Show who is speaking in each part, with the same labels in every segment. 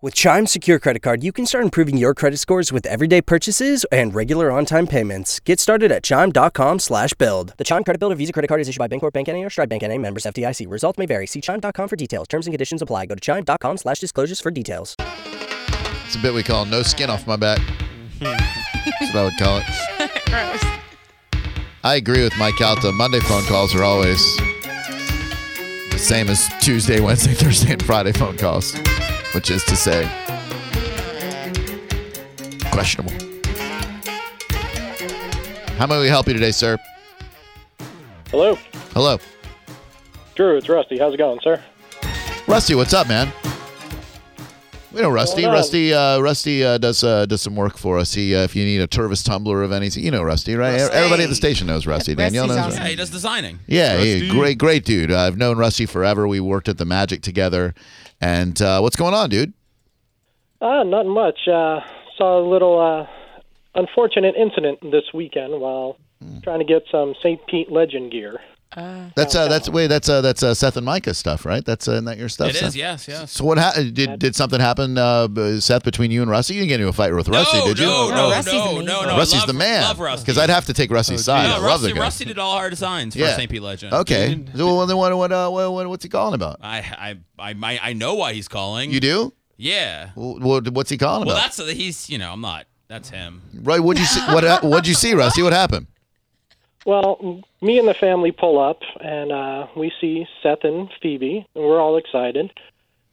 Speaker 1: With Chime's secure credit card, you can start improving your credit scores with everyday purchases and regular on-time payments. Get started at chime.com slash build. The Chime Credit Builder Visa Credit Card is issued by Bancorp Bank N.A. or Stride Bank N.A. Members FDIC. Results may vary. See chime.com for details. Terms and conditions apply. Go to chime.com slash disclosures for details.
Speaker 2: It's a bit we call no skin off my back. That's what I would call it.
Speaker 3: Gross.
Speaker 2: I agree with Mike Calta. Monday phone calls are always the same as Tuesday, Wednesday, Thursday, and Friday phone calls, which is to say, questionable. How may we help you today, sir?
Speaker 4: Hello,
Speaker 2: Hello.
Speaker 4: Drew. It's Rusty. How's it going, sir?
Speaker 2: Rusty, what's up, man? We know Rusty.
Speaker 4: Hold on.
Speaker 2: Rusty, uh, Rusty uh, does uh, does some work for us. He, uh, if you need a Turvis tumbler of any, you know Rusty, right?
Speaker 3: Rusty.
Speaker 2: Everybody at the station knows Rusty. Danielle
Speaker 3: Rusty's
Speaker 2: knows.
Speaker 3: awesome.
Speaker 2: Rusty.
Speaker 5: Yeah, he does designing.
Speaker 2: Yeah, he-
Speaker 5: Rusty.
Speaker 2: great, great dude. I've known Rusty forever. We worked at the Magic together. And uh, what's going on, dude?
Speaker 4: Uh, not much. Uh, saw a little uh, unfortunate incident this weekend while trying to get some St. Pete Legend gear.
Speaker 2: That's uh, that's wait, that's uh, that's uh, Seth and Micah stuff, right? That's uh, isn't that your stuff.
Speaker 5: It
Speaker 2: Seth?
Speaker 5: is, yes, yes.
Speaker 2: So what ha- did did something happen, uh, b- Seth, between you and Rusty? You didn't get into a fight with Rusty,
Speaker 5: no,
Speaker 2: did you?
Speaker 5: No, no,
Speaker 3: Rusty's
Speaker 5: no,
Speaker 3: amazing.
Speaker 5: no, no.
Speaker 2: Rusty's
Speaker 5: love,
Speaker 2: the man.
Speaker 5: Love Rusty.
Speaker 2: I'd have to take Rusty's side. I
Speaker 5: no,
Speaker 2: love
Speaker 5: Rusty,
Speaker 2: the guy.
Speaker 5: Rusty did all our designs for St. Pete Legend.
Speaker 2: Okay. So, well, then what, what, uh, what, what, what's he calling about?
Speaker 5: I, I, I, I I know why he's calling.
Speaker 2: You do?
Speaker 5: Yeah.
Speaker 2: Wh- What, what's he calling
Speaker 5: Well,
Speaker 2: about?
Speaker 5: that's he's. You know, I'm not. That's him.
Speaker 2: Right? What'd you see? What ha- what'd you see, Rusty? What happened?
Speaker 4: Well, m- me and the family pull up, and uh, we see Seth and Phoebe, and we're all excited.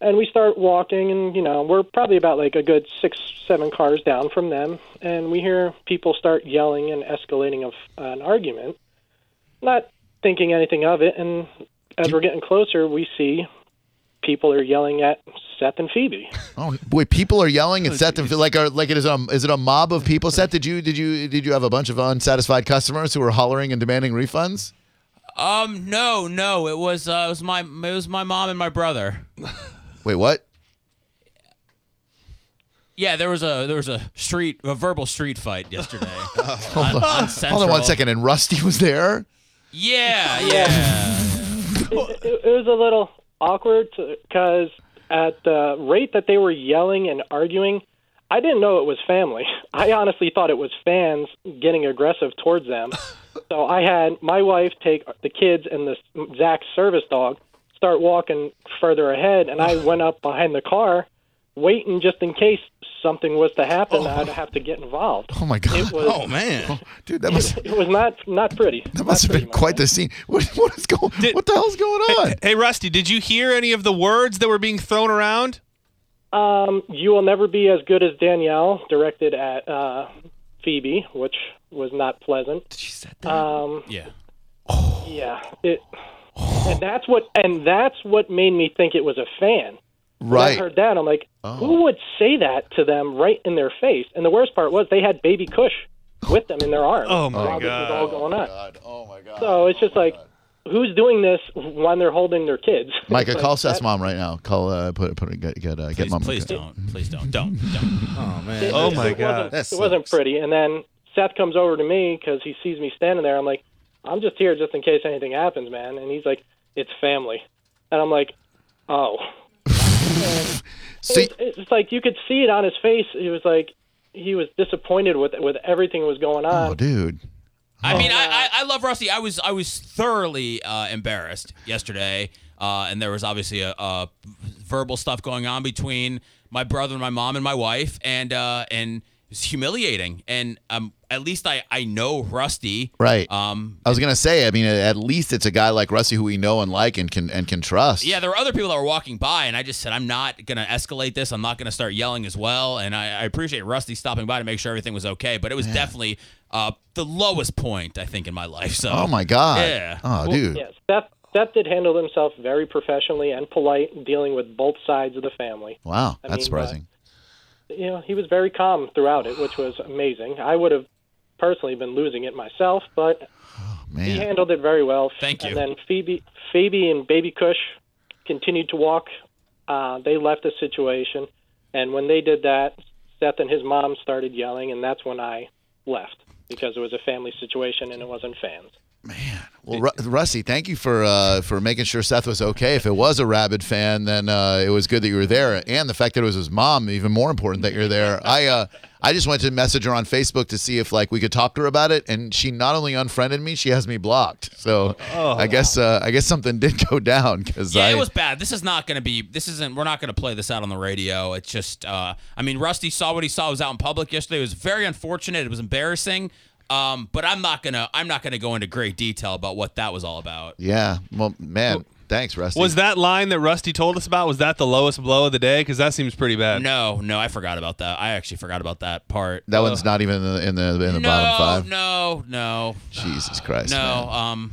Speaker 4: And we start walking, and you know, we're probably about like a good six, seven cars down from them, and we hear people start yelling and escalating of an argument. Not thinking anything of it, and as we're getting closer, we see people are yelling at Seth and Phoebe.
Speaker 2: Oh boy, people are yelling and Seth and like are like it is um is it a mob of people? Seth, did you did you did you have a bunch of unsatisfied customers who were hollering and demanding refunds?
Speaker 5: Um, no, no. It was uh, it was my it was my mom and my brother.
Speaker 2: Wait, what?
Speaker 5: Yeah, there was a there was a street a verbal street fight yesterday. hold, on,
Speaker 2: Hold on one second. And Rusty was there.
Speaker 5: Yeah, yeah.
Speaker 4: it, it- it was a little awkward because at the rate that they were yelling and arguing, I didn't know it was family. I honestly thought it was fans getting aggressive towards them. so I had my wife take the kids and this Zach's service dog start walking further ahead, and I went up behind the car, waiting just in case something was to happen. I'd have to get involved.
Speaker 2: Oh my god.
Speaker 4: It was,
Speaker 5: Oh man.
Speaker 2: Dude, that must
Speaker 4: it was not not pretty.
Speaker 2: that must have been quite the scene. What, what is going
Speaker 6: Did-
Speaker 2: what the hell's going on?
Speaker 6: Hey, Rusty, did you hear any of the words that were being thrown around?
Speaker 4: Um, you will never be as good as Danielle, directed at uh, Phoebe, which was not pleasant.
Speaker 6: She said
Speaker 4: Um,
Speaker 5: Yeah.
Speaker 4: yeah, it, and that's what and that's what made me think it was a fan. When I
Speaker 2: right.
Speaker 4: heard that. I'm like, who would say that to them right in their face? And the worst part was they had baby Cush with them in their arms.
Speaker 6: Oh, my
Speaker 4: while this was
Speaker 6: God.
Speaker 4: all going on.
Speaker 2: God, oh my god.
Speaker 4: So it's just like, who's doing this when they're holding their kids?
Speaker 2: Micah, call Seth's mom right now. Call uh put put get get uh, get
Speaker 5: Please,
Speaker 2: mom.
Speaker 5: please don't. Please don't. Don't. Don't.
Speaker 6: Oh, man.
Speaker 4: It-
Speaker 6: Oh,
Speaker 4: it
Speaker 6: my
Speaker 4: wasn't-
Speaker 6: God.
Speaker 2: That
Speaker 4: it wasn't
Speaker 2: sucks.
Speaker 4: pretty. And then Seth comes over to me because he sees me standing there. I'm like, I'm just here just in case anything happens, man. And he's like, it's family. And I'm like, oh.
Speaker 2: So
Speaker 4: It's- it's like you could see it on his face. He was like, he was disappointed with with everything that was going on.
Speaker 2: oh, dude.
Speaker 5: I mean, I, I I love Rusty. I was I was thoroughly uh, embarrassed yesterday, uh, and there was obviously a, a verbal stuff going on between my brother and my mom and my wife, and uh, and it was humiliating. And um, at least I I know Rusty.
Speaker 2: Right.
Speaker 5: Um.
Speaker 2: I was gonna say, I mean, at least it's a guy like Rusty who we know and like and can and can trust.
Speaker 5: Yeah, there were other people that were walking by, and I just said, I'm not going to escalate this. I'm not going to start yelling as well. And I, I appreciate Rusty stopping by to make sure everything was okay, but it was definitely uh, the lowest point, I think, in my life. So,
Speaker 2: Oh my god.
Speaker 5: Yeah.
Speaker 2: Oh, dude.
Speaker 4: Yeah, Seth, Seth did handle himself very professionally and polite, dealing with both sides of the family.
Speaker 2: Wow,
Speaker 4: I
Speaker 2: that's
Speaker 4: mean,
Speaker 2: surprising.
Speaker 4: you know, he was very calm throughout it, which was amazing. I would have personally been losing it myself, but he
Speaker 2: Man,
Speaker 4: handled it very well.
Speaker 5: Thank you.
Speaker 4: And then Phoebe, Phoebe and Baby Cush continued to walk. Uh, they left the situation, and when they did that, Seth and his mom started yelling, and that's when I left because it was a family situation and it wasn't fans.
Speaker 2: Well, Ru- Rusty, thank you for uh, for making sure Seth was okay. If it was a rabid fan, then uh, it was good that you were there, and the fact that it was his mom, even more important that you're there. I uh, I just went to message her on Facebook to see if like we could talk to her about it, and she not only unfriended me, she has me blocked. So I guess uh, I guess something did go down because
Speaker 5: Yeah,
Speaker 2: I
Speaker 5: it was bad. This is not going to be. This isn't. We're not going to play this out on the radio. It's just. Uh, I mean, Rusty saw what he saw. It was out in public yesterday. It was very unfortunate. It was embarrassing. Um, but I'm not gonna. I'm not gonna go into great detail about what that was all about.
Speaker 2: yeah. Well, man, thanks, Rusty.
Speaker 6: Was that line that Rusty told us about? Was that the lowest blow of the day? Because that seems pretty bad.
Speaker 5: No, no, I forgot about that. I actually forgot about that part.
Speaker 2: that one's not even in the in the, in the
Speaker 5: uh, no,
Speaker 2: bottom five.
Speaker 5: no, no,
Speaker 2: Jesus Christ.
Speaker 5: no.
Speaker 2: man.
Speaker 5: Um,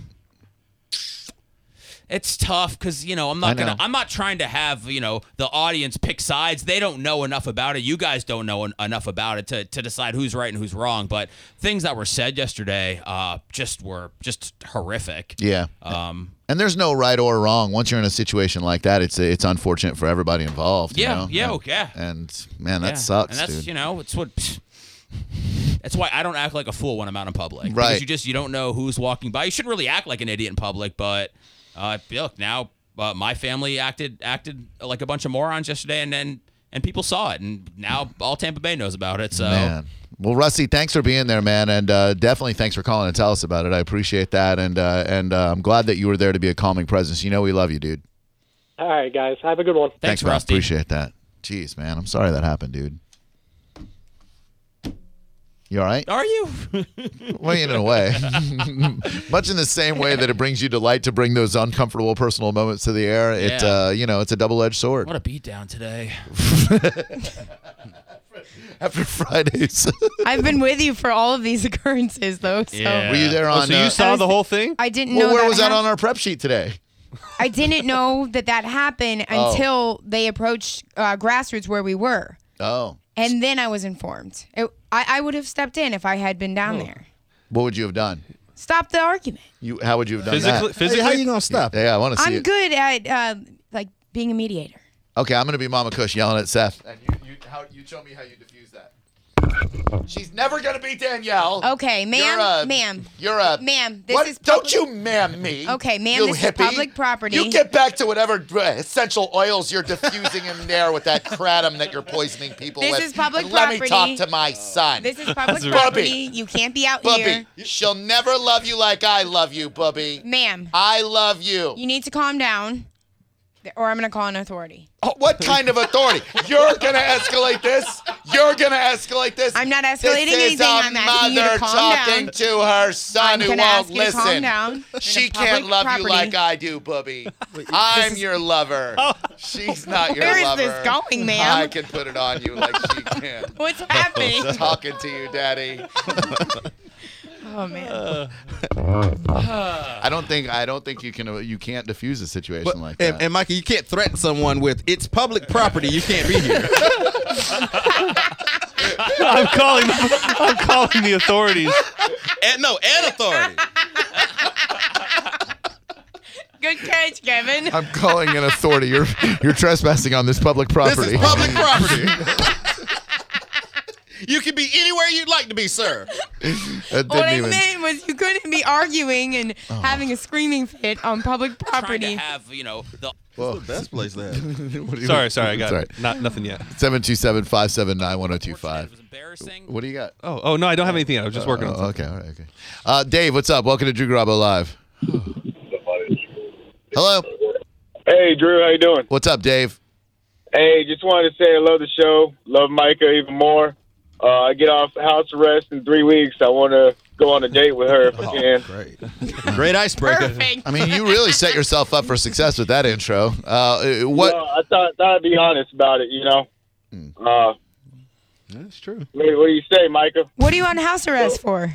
Speaker 5: it's tough because you know I'm
Speaker 2: I
Speaker 5: not
Speaker 2: know.
Speaker 5: gonna. I'm not trying to have you know the audience pick sides. They don't know enough about it. You guys don't know en- enough about it to to decide who's right and who's wrong. But things that were said yesterday, uh, just were just horrific.
Speaker 2: Yeah.
Speaker 5: Um.
Speaker 2: And there's no right or wrong. Once you're in a situation like that, it's it's unfortunate for everybody involved. you
Speaker 5: Yeah,
Speaker 2: know?
Speaker 5: yeah,
Speaker 2: And-
Speaker 5: okay.
Speaker 2: And man, that
Speaker 5: yeah.
Speaker 2: sucks,
Speaker 5: And that's
Speaker 2: dude.
Speaker 5: you know it's what. That's why I don't act like a fool when I'm out in public.
Speaker 2: Right.
Speaker 5: Because you just you don't know who's walking by. You shouldn't really act like an idiot in public, but uh, look now, uh, my family acted acted like a bunch of morons yesterday, and then and people saw it, and now all Tampa Bay knows about it. So
Speaker 2: Man. Well, Rusty, thanks for being there, man, and uh, definitely thanks for calling and tell us about it. I appreciate that, and uh, and uh, I'm glad that you were there to be a calming presence. You know, we love you, dude.
Speaker 4: All right, guys. Have a good one.
Speaker 5: thanks,
Speaker 2: man.
Speaker 5: Rusty.
Speaker 2: Appreciate that. Jeez, man, I'm sorry that happened, dude. You all right?
Speaker 5: Are you?
Speaker 2: Well, in a way, much in the same way that it brings you delight to bring those uncomfortable personal moments to the air. It,
Speaker 5: Yeah.
Speaker 2: uh, you know, it's a double-edged sword.
Speaker 5: what a beatdown today.
Speaker 2: after Fridays.
Speaker 3: I've been with you for all of these occurrences, though. So
Speaker 5: Yeah.
Speaker 2: Were you there
Speaker 6: Oh,
Speaker 2: on?
Speaker 6: so
Speaker 2: uh,
Speaker 6: you saw
Speaker 3: was-
Speaker 6: the whole thing?
Speaker 3: I didn't
Speaker 2: well,
Speaker 3: know.
Speaker 2: where
Speaker 3: that
Speaker 2: was that
Speaker 3: hap-
Speaker 2: on our prep sheet today?
Speaker 3: I didn't know that that happened
Speaker 2: Oh.
Speaker 3: until they approached uh, grassroots where we were,
Speaker 2: Oh,
Speaker 3: and then I was informed. It, I, I would have stepped in if I had been down there.
Speaker 2: what would you have done?
Speaker 3: Stop the argument.
Speaker 2: You, how would you have done
Speaker 6: Physically,
Speaker 2: that?
Speaker 6: physically?
Speaker 7: How you gonna stop?
Speaker 2: Yeah, I want to see
Speaker 3: I'm
Speaker 2: it.
Speaker 3: good at uh, like being a mediator.
Speaker 2: Okay, I'm gonna be Mama Cush yelling at Seth. And you, you, how, you show me how you defuse that. She's never gonna be Danielle.
Speaker 3: Okay, ma'am,
Speaker 2: You're uh, a-
Speaker 3: ma'am.
Speaker 2: You're a
Speaker 3: Ma'am, this
Speaker 2: What?
Speaker 3: is
Speaker 2: Don't
Speaker 3: public-
Speaker 2: you ma'am me?
Speaker 3: Okay, ma'am,
Speaker 2: you
Speaker 3: this is
Speaker 2: hippie.
Speaker 3: public property.
Speaker 2: You get back to whatever uh, essential oils you're diffusing in there with that kratom that you're poisoning people
Speaker 3: This
Speaker 2: with.
Speaker 3: is public
Speaker 2: And Let me
Speaker 3: property.
Speaker 2: talk to my son.
Speaker 3: This is public
Speaker 2: right.
Speaker 3: property. You can't be out
Speaker 2: Bubby,
Speaker 3: here,
Speaker 2: she'll never love you like I love you, Bubby.
Speaker 3: ma'am.
Speaker 2: I love you.
Speaker 3: You need to calm down, or I'm gonna call an authority.
Speaker 2: Oh, what kind of authority? You're gonna escalate this. You're gonna escalate this.
Speaker 3: I'm not
Speaker 2: This
Speaker 3: escalating
Speaker 2: is
Speaker 3: anything.
Speaker 2: a
Speaker 3: I'm asking you to
Speaker 2: mother
Speaker 3: calm
Speaker 2: talking
Speaker 3: down.
Speaker 2: to her son
Speaker 3: I'm
Speaker 2: who
Speaker 3: gonna
Speaker 2: won't
Speaker 3: ask you to
Speaker 2: listen.
Speaker 3: calm down. In a
Speaker 2: She
Speaker 3: public
Speaker 2: can't love you
Speaker 3: property.
Speaker 2: like I do, Bubby. I'm your lover. She's not your
Speaker 3: Where is
Speaker 2: lover.
Speaker 3: this going, ma'am?
Speaker 2: I can put it on you like she can.
Speaker 3: What's happening?
Speaker 2: talking to you, Daddy.
Speaker 3: oh man.
Speaker 2: I don't think I don't think you can you can't diffuse a situation
Speaker 7: But- and, and Mikey, you can't threaten someone with it's public property. You can't be here.
Speaker 6: I'm calling. I'm calling the authorities.
Speaker 7: and, no, and authority.
Speaker 3: Good catch, Kevin.
Speaker 2: I'm calling an authority. You're you're trespassing on this public
Speaker 7: This
Speaker 2: property.
Speaker 7: is public property. you can be anywhere you'd like to be, sir.
Speaker 2: That
Speaker 3: What
Speaker 2: didn't
Speaker 3: I
Speaker 2: even- Oh.
Speaker 3: meant was you couldn't be arguing and having a screaming fit on public
Speaker 5: Trying to
Speaker 3: property.
Speaker 5: have you know the
Speaker 7: The best place to have. it.
Speaker 2: Oh. What do you-
Speaker 6: Sorry, sorry, I got
Speaker 2: Sorry.
Speaker 6: it. not nothing yet.
Speaker 2: 727 oh
Speaker 5: It
Speaker 2: 579
Speaker 5: was embarrassing.
Speaker 2: What do you got?
Speaker 6: Oh, oh no, I don't have anything. yet. I was just working on
Speaker 2: Oh,
Speaker 6: something.
Speaker 2: okay, all right, okay. Uh, Dave, what's up? Welcome to Drew Garabo Live. Hello.
Speaker 8: Hey Drew, how you doing?
Speaker 2: What's up, Dave?
Speaker 8: Hey, just wanted to say I love the show. Love Micah even more. Uh, I get off house arrest in three weeks. I want to go on a date with her if I can.
Speaker 7: Great. Great icebreaker.
Speaker 3: Perfect.
Speaker 2: I mean, you really set yourself up for success with that intro. Uh, what?
Speaker 8: Well, I thought, thought I'd be honest about it. You know. Uh,
Speaker 7: That's true.
Speaker 8: what, what do you say, Micah?
Speaker 3: What are you on house arrest for?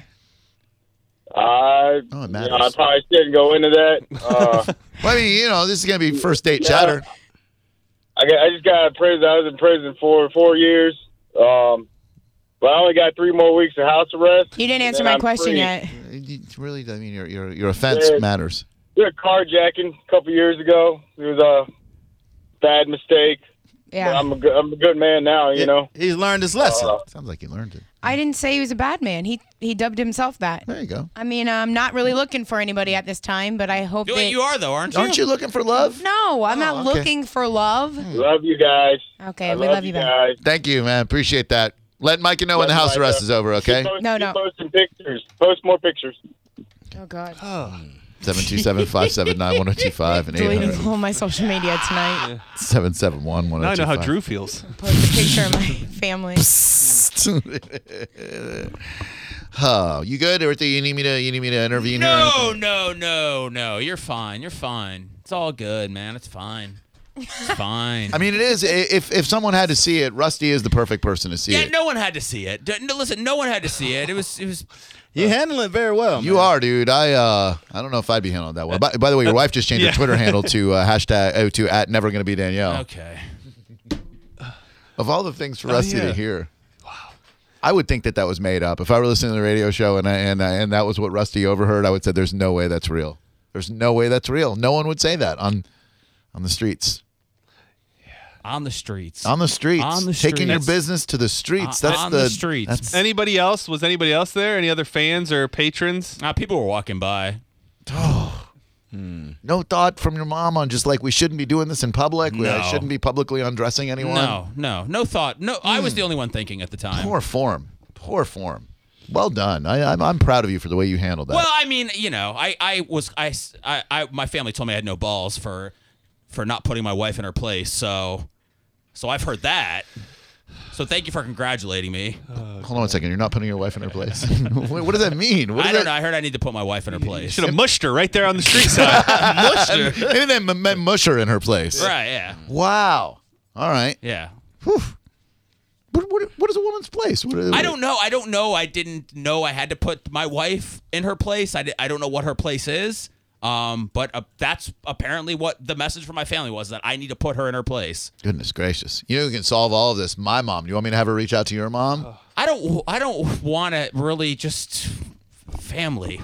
Speaker 8: I,
Speaker 2: Oh, it
Speaker 8: you know, I
Speaker 2: matters.
Speaker 8: probably shouldn't go into that. Uh,
Speaker 2: Well, I mean, you know, this is gonna be first date chatter.
Speaker 8: I, got, I just got out of prison. I was in prison for four years, um, but I only got three more weeks of house arrest.
Speaker 3: You didn't answer
Speaker 8: and
Speaker 3: my
Speaker 8: I'm
Speaker 3: question
Speaker 8: free.
Speaker 3: yet.
Speaker 2: You really, I mean, your your, your offense
Speaker 8: Yeah.
Speaker 2: matters.
Speaker 8: did a carjacking a couple years ago. It was a bad mistake.
Speaker 3: Yeah.
Speaker 8: I'm a good, I'm a good man now, you know.
Speaker 7: He's learned his lesson.
Speaker 8: Uh-huh.
Speaker 2: Sounds like you learned it.
Speaker 3: I didn't say he was a bad man. He he dubbed himself that.
Speaker 2: There you go.
Speaker 3: I mean, I'm not really looking for anybody at this time, but I hope
Speaker 5: Do
Speaker 3: that
Speaker 5: it. You are though, aren't you?
Speaker 2: Aren't you looking for love?
Speaker 3: No, I'm not
Speaker 2: Oh, okay.
Speaker 3: looking for love.
Speaker 2: Hmm.
Speaker 8: Love you guys.
Speaker 3: Okay,
Speaker 8: I
Speaker 3: we love you back.
Speaker 8: guys.
Speaker 2: Thank you, man. Appreciate that. Let Micah know when the
Speaker 8: Let
Speaker 2: house
Speaker 8: Micah-
Speaker 2: arrest is over, okay?
Speaker 8: Keep post-
Speaker 3: No,
Speaker 8: keep
Speaker 3: no.
Speaker 8: Posting pictures. Post more pictures.
Speaker 3: Oh God,
Speaker 2: 727-579-1025 and
Speaker 3: deleting all my social media tonight.
Speaker 2: 800-771-1025.
Speaker 6: Now I know how Drew feels.
Speaker 3: Post a picture of my family.
Speaker 2: oh, you good? Everything you need me to you need me to intervene? or
Speaker 5: No,
Speaker 2: anything?
Speaker 5: Oh, no, no, no. You're fine. You're fine. It's all good, man. It's fine. It's fine.
Speaker 2: I mean, it is. i- If if someone had to see it, Rusty is the perfect person to see
Speaker 5: yeah,
Speaker 2: it.
Speaker 5: no one had to see it. D- No, listen, no one had to see it. It was, it was.
Speaker 7: You handle it very well.
Speaker 2: You are, dude. I uh, I don't know if I'd be handled that well. By, by the way, your wife just changed her
Speaker 6: yeah.
Speaker 2: Twitter handle to uh, hashtag oh, to at never gonna be Danielle.
Speaker 5: Okay.
Speaker 2: Of all the things
Speaker 5: Oh,
Speaker 2: for Rusty to
Speaker 6: yeah.
Speaker 2: hear, I would think that that was made up. If I were listening to the radio show and I, and I, and that was what Rusty overheard, I would say, "There's no way that's real. There's no way that's real. No one would say that on on the streets.
Speaker 5: On the streets.
Speaker 2: On the streets.
Speaker 5: On the
Speaker 2: Taking your
Speaker 5: streets.
Speaker 2: business to the streets.
Speaker 5: On-
Speaker 2: that's
Speaker 5: on
Speaker 2: the,
Speaker 5: the streets.
Speaker 2: That's,
Speaker 6: Anybody else? Was anybody else there? Any other fans or patrons?
Speaker 5: Ah, people were walking by.
Speaker 2: no thought from your mom on just like we shouldn't be doing this in public. We I
Speaker 5: No.
Speaker 2: shouldn't be publicly undressing anyone.
Speaker 5: No, no, no thought. No, I was the only one thinking at the time.
Speaker 2: Hmm. Poor form. Poor form. Well done. I, I'm, I'm proud of you for the way you handled that.
Speaker 5: Well, I mean, you know, I, I was, I, s- I- I- my family told me I had no balls for, for not putting my wife in her place. So, so I've heard that. So thank you for congratulating me.
Speaker 2: Hold on a second. You're not putting your wife in her place. what, what does that mean? What
Speaker 5: I
Speaker 2: does
Speaker 5: don't know.
Speaker 2: that,
Speaker 5: I heard I need to put my wife in her place.
Speaker 6: Should have mushed her right there on the street side.
Speaker 2: Maybe they m- meant mush her in her place.
Speaker 5: Right? Yeah.
Speaker 2: Wow. All right.
Speaker 5: Yeah.
Speaker 2: What, what, what is a woman's place? What,
Speaker 5: I don't know. I don't know. I didn't know I had to put my wife in her place. I, di- I don't know what her place is. Um, but uh, that's apparently what the message from my family was that I need to put her in her place.
Speaker 2: Goodness gracious. You know who can solve all of this? My mom. Do you want me to have her reach out to your mom?
Speaker 5: I don't. I don't want to really just family.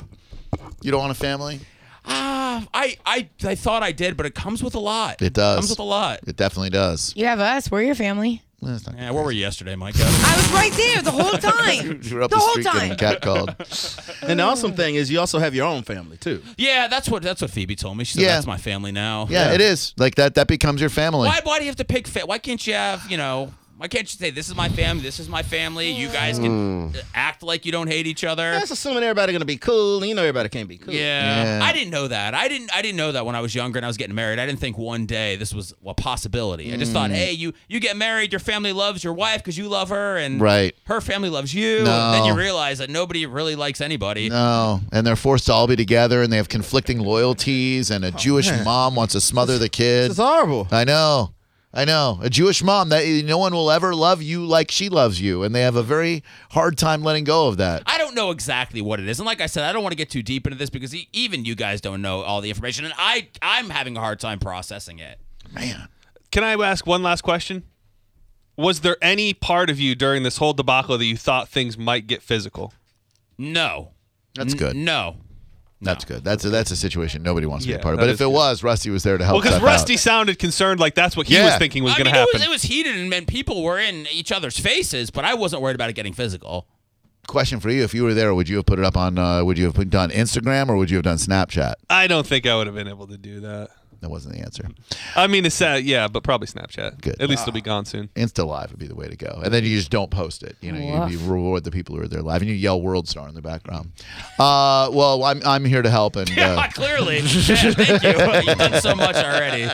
Speaker 2: You don't want a family?
Speaker 5: Ah, I, I I thought I did, but it comes with a lot.
Speaker 2: It does.
Speaker 5: comes with a lot.
Speaker 2: It definitely does.
Speaker 3: You have us. We're your family.
Speaker 2: Well, that's not
Speaker 5: Yeah, where were you yesterday, Mike?
Speaker 3: I was right there the whole time.
Speaker 2: You were up
Speaker 3: the,
Speaker 2: the,
Speaker 3: whole
Speaker 2: street
Speaker 3: time.
Speaker 2: getting catcalled.
Speaker 7: And the awesome thing is, you also have your own family too.
Speaker 5: yeah, that's what that's what Phoebe told me. She said
Speaker 2: Yeah.
Speaker 5: that's my family now.
Speaker 2: Yeah, it is. Like that that becomes your family.
Speaker 5: Why why do you have to pick? Fa- why can't you have you know? Why can't you say this is my family? This is my family. You guys
Speaker 2: Hmm.
Speaker 5: can uh, act like you don't hate each other.
Speaker 7: That's assuming everybody gonna be cool. and You know, everybody can't be cool.
Speaker 5: Yeah.
Speaker 2: Yeah.
Speaker 5: I didn't know that. I didn't I didn't know that when I was younger and I was getting married. I didn't think one day this was a possibility. I just thought,
Speaker 2: Hmm.
Speaker 5: hey, you you get married, your family loves your wife because you love her, and
Speaker 2: Right.
Speaker 5: her family loves you.
Speaker 2: No.
Speaker 5: And then you realize that nobody really likes anybody.
Speaker 2: No, Oh, and they're forced to all be together, and they have conflicting loyalties.
Speaker 6: Oh,
Speaker 2: And a Jewish mom wants to smother the kid.
Speaker 7: It's horrible.
Speaker 2: I know, I know. A Jewish mom that no one will ever love you like she loves you, and they have a very hard time letting go of that.
Speaker 5: I don't know exactly what it is, and like I said, I don't want to get too deep into this because e- even you guys don't know all the information, and I I'm having a hard time processing it.
Speaker 6: Oh,
Speaker 2: Man,
Speaker 6: Can I ask one last question? Was there any part of you during this whole debacle that you thought things might get physical?
Speaker 5: No,
Speaker 2: that's good.
Speaker 5: no.
Speaker 2: That's good. That's a, that's a situation nobody wants to be
Speaker 6: Yeah,
Speaker 2: a part of.
Speaker 6: that
Speaker 2: But if
Speaker 6: is
Speaker 2: it
Speaker 6: good.
Speaker 2: was, Rusty was there to help.
Speaker 6: Well, because
Speaker 2: step out.
Speaker 6: Rusty sounded concerned, like that's what he
Speaker 2: Yeah.
Speaker 6: was thinking was
Speaker 5: I
Speaker 6: going to
Speaker 5: mean, it
Speaker 6: happen.
Speaker 5: was, it was heated, and, and people were in each other's faces, but I wasn't worried about it getting physical.
Speaker 2: question for you: If you were there, would you have put it up on? Uh, would you have put it on Instagram or would you have done Snapchat?
Speaker 6: I don't think I would have been able to do that.
Speaker 2: That wasn't the answer.
Speaker 6: I mean, it's sad, yeah, but probably Snapchat.
Speaker 2: Good.
Speaker 6: At least it'll be gone soon.
Speaker 2: Insta Live would be the way to go. And then you just don't post it. You know, you, you reward the people who are there live, and you yell "World Star" in the background. Uh, well, I'm I'm here to help, and uh,
Speaker 5: Clearly. Yeah, thank you. You've done so much already.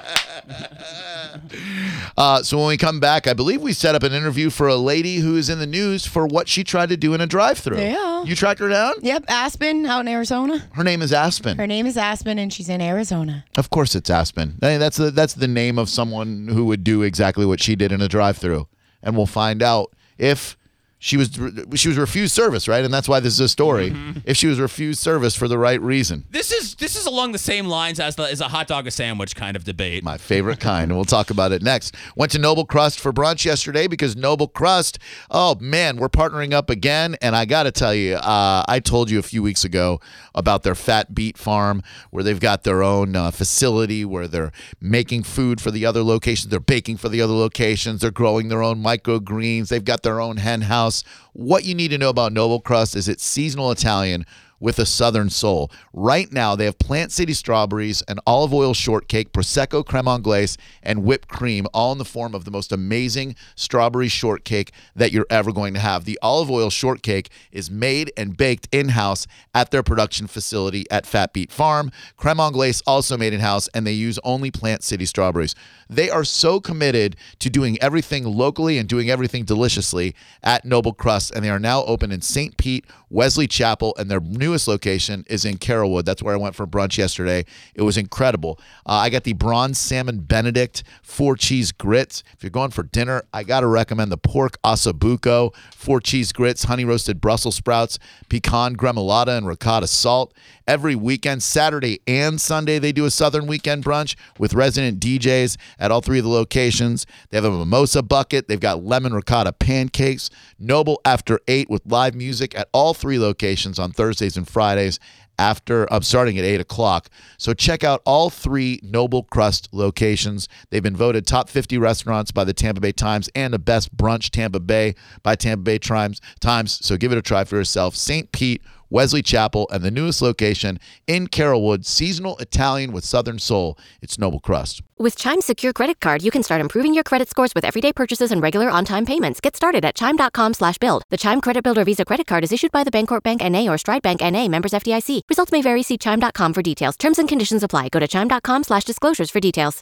Speaker 2: uh, so when we come back, I believe we set up an interview for a lady who is in the news for what she tried to do in a drive-through.
Speaker 3: Yeah.
Speaker 2: you tracked her down.
Speaker 3: Yep, Aspen out in Arizona.
Speaker 2: Her name is Aspen.
Speaker 3: Her name is Aspen, and she's in Arizona.
Speaker 2: Of course, it's Aspen. I mean, that's the that's the name of someone who would do exactly what she did in a drive-through, and we'll find out if she was she was refused service, right? And that's why this is a story.
Speaker 3: Mm-hmm.
Speaker 2: If she was refused service for the right reason,
Speaker 5: This is this is along the same lines as the is a hot dog a sandwich kind of debate.
Speaker 2: my favorite kind, and we'll talk about it next. Went to Noble Crust for brunch yesterday because Noble Crust, oh man, we're partnering up again. And I got to tell you, uh, I told you a few weeks ago about their Fat Beet Farm, where they've got their own uh, facility where they're making food for the other locations, they're baking for the other locations, they're growing their own microgreens, they've got their own hen house. What you need to know about Noble Crust is it's seasonal Italian with a southern soul. Right now, they have Plant City strawberries, an olive oil shortcake, Prosecco creme anglaise, and whipped cream, all in the form of the most amazing strawberry shortcake that you're ever going to have. The olive oil shortcake is made and baked in house at their production facility at Fat Beat Farm. Creme anglaise also made in house, and they use only Plant City strawberries. They are so committed to doing everything locally and doing everything deliciously at Noble Crust, and they are now open in St. Pete, Wesley Chapel, and their newest location is in Carrollwood. That's where I went for brunch yesterday. It was incredible. Uh, I got the bronze salmon Benedict four cheese grits. If you're going for dinner, I got to recommend the pork ossobuco, four cheese grits, honey roasted Brussels sprouts, pecan gremolata, and ricotta salt. Every weekend, Saturday and Sunday, they do a Southern weekend brunch with resident DJs at all three of the locations. They have a mimosa bucket. They've got lemon ricotta pancakes, Noble after eight with live music at all three locations on Thursdays and Fridays after um, starting at 8 o'clock so check out all three noble crust locations they've been voted top 50 restaurants by the tampa bay times and the best brunch tampa bay by tampa bay times times so give it a try for yourself st pete wesley chapel and the newest location in carrollwood seasonal italian with southern soul it's noble crust
Speaker 9: With Chime's secure credit card, you can start improving your credit scores with everyday purchases and regular on-time payments. Get started at chime.com slash build. The Chime Credit Builder Visa credit card is issued by the Bancorp Bank NA or Stride Bank NA members FDIC. Results may vary. See chime.com for details. Terms and conditions apply. Go to chime.com slash disclosures for details.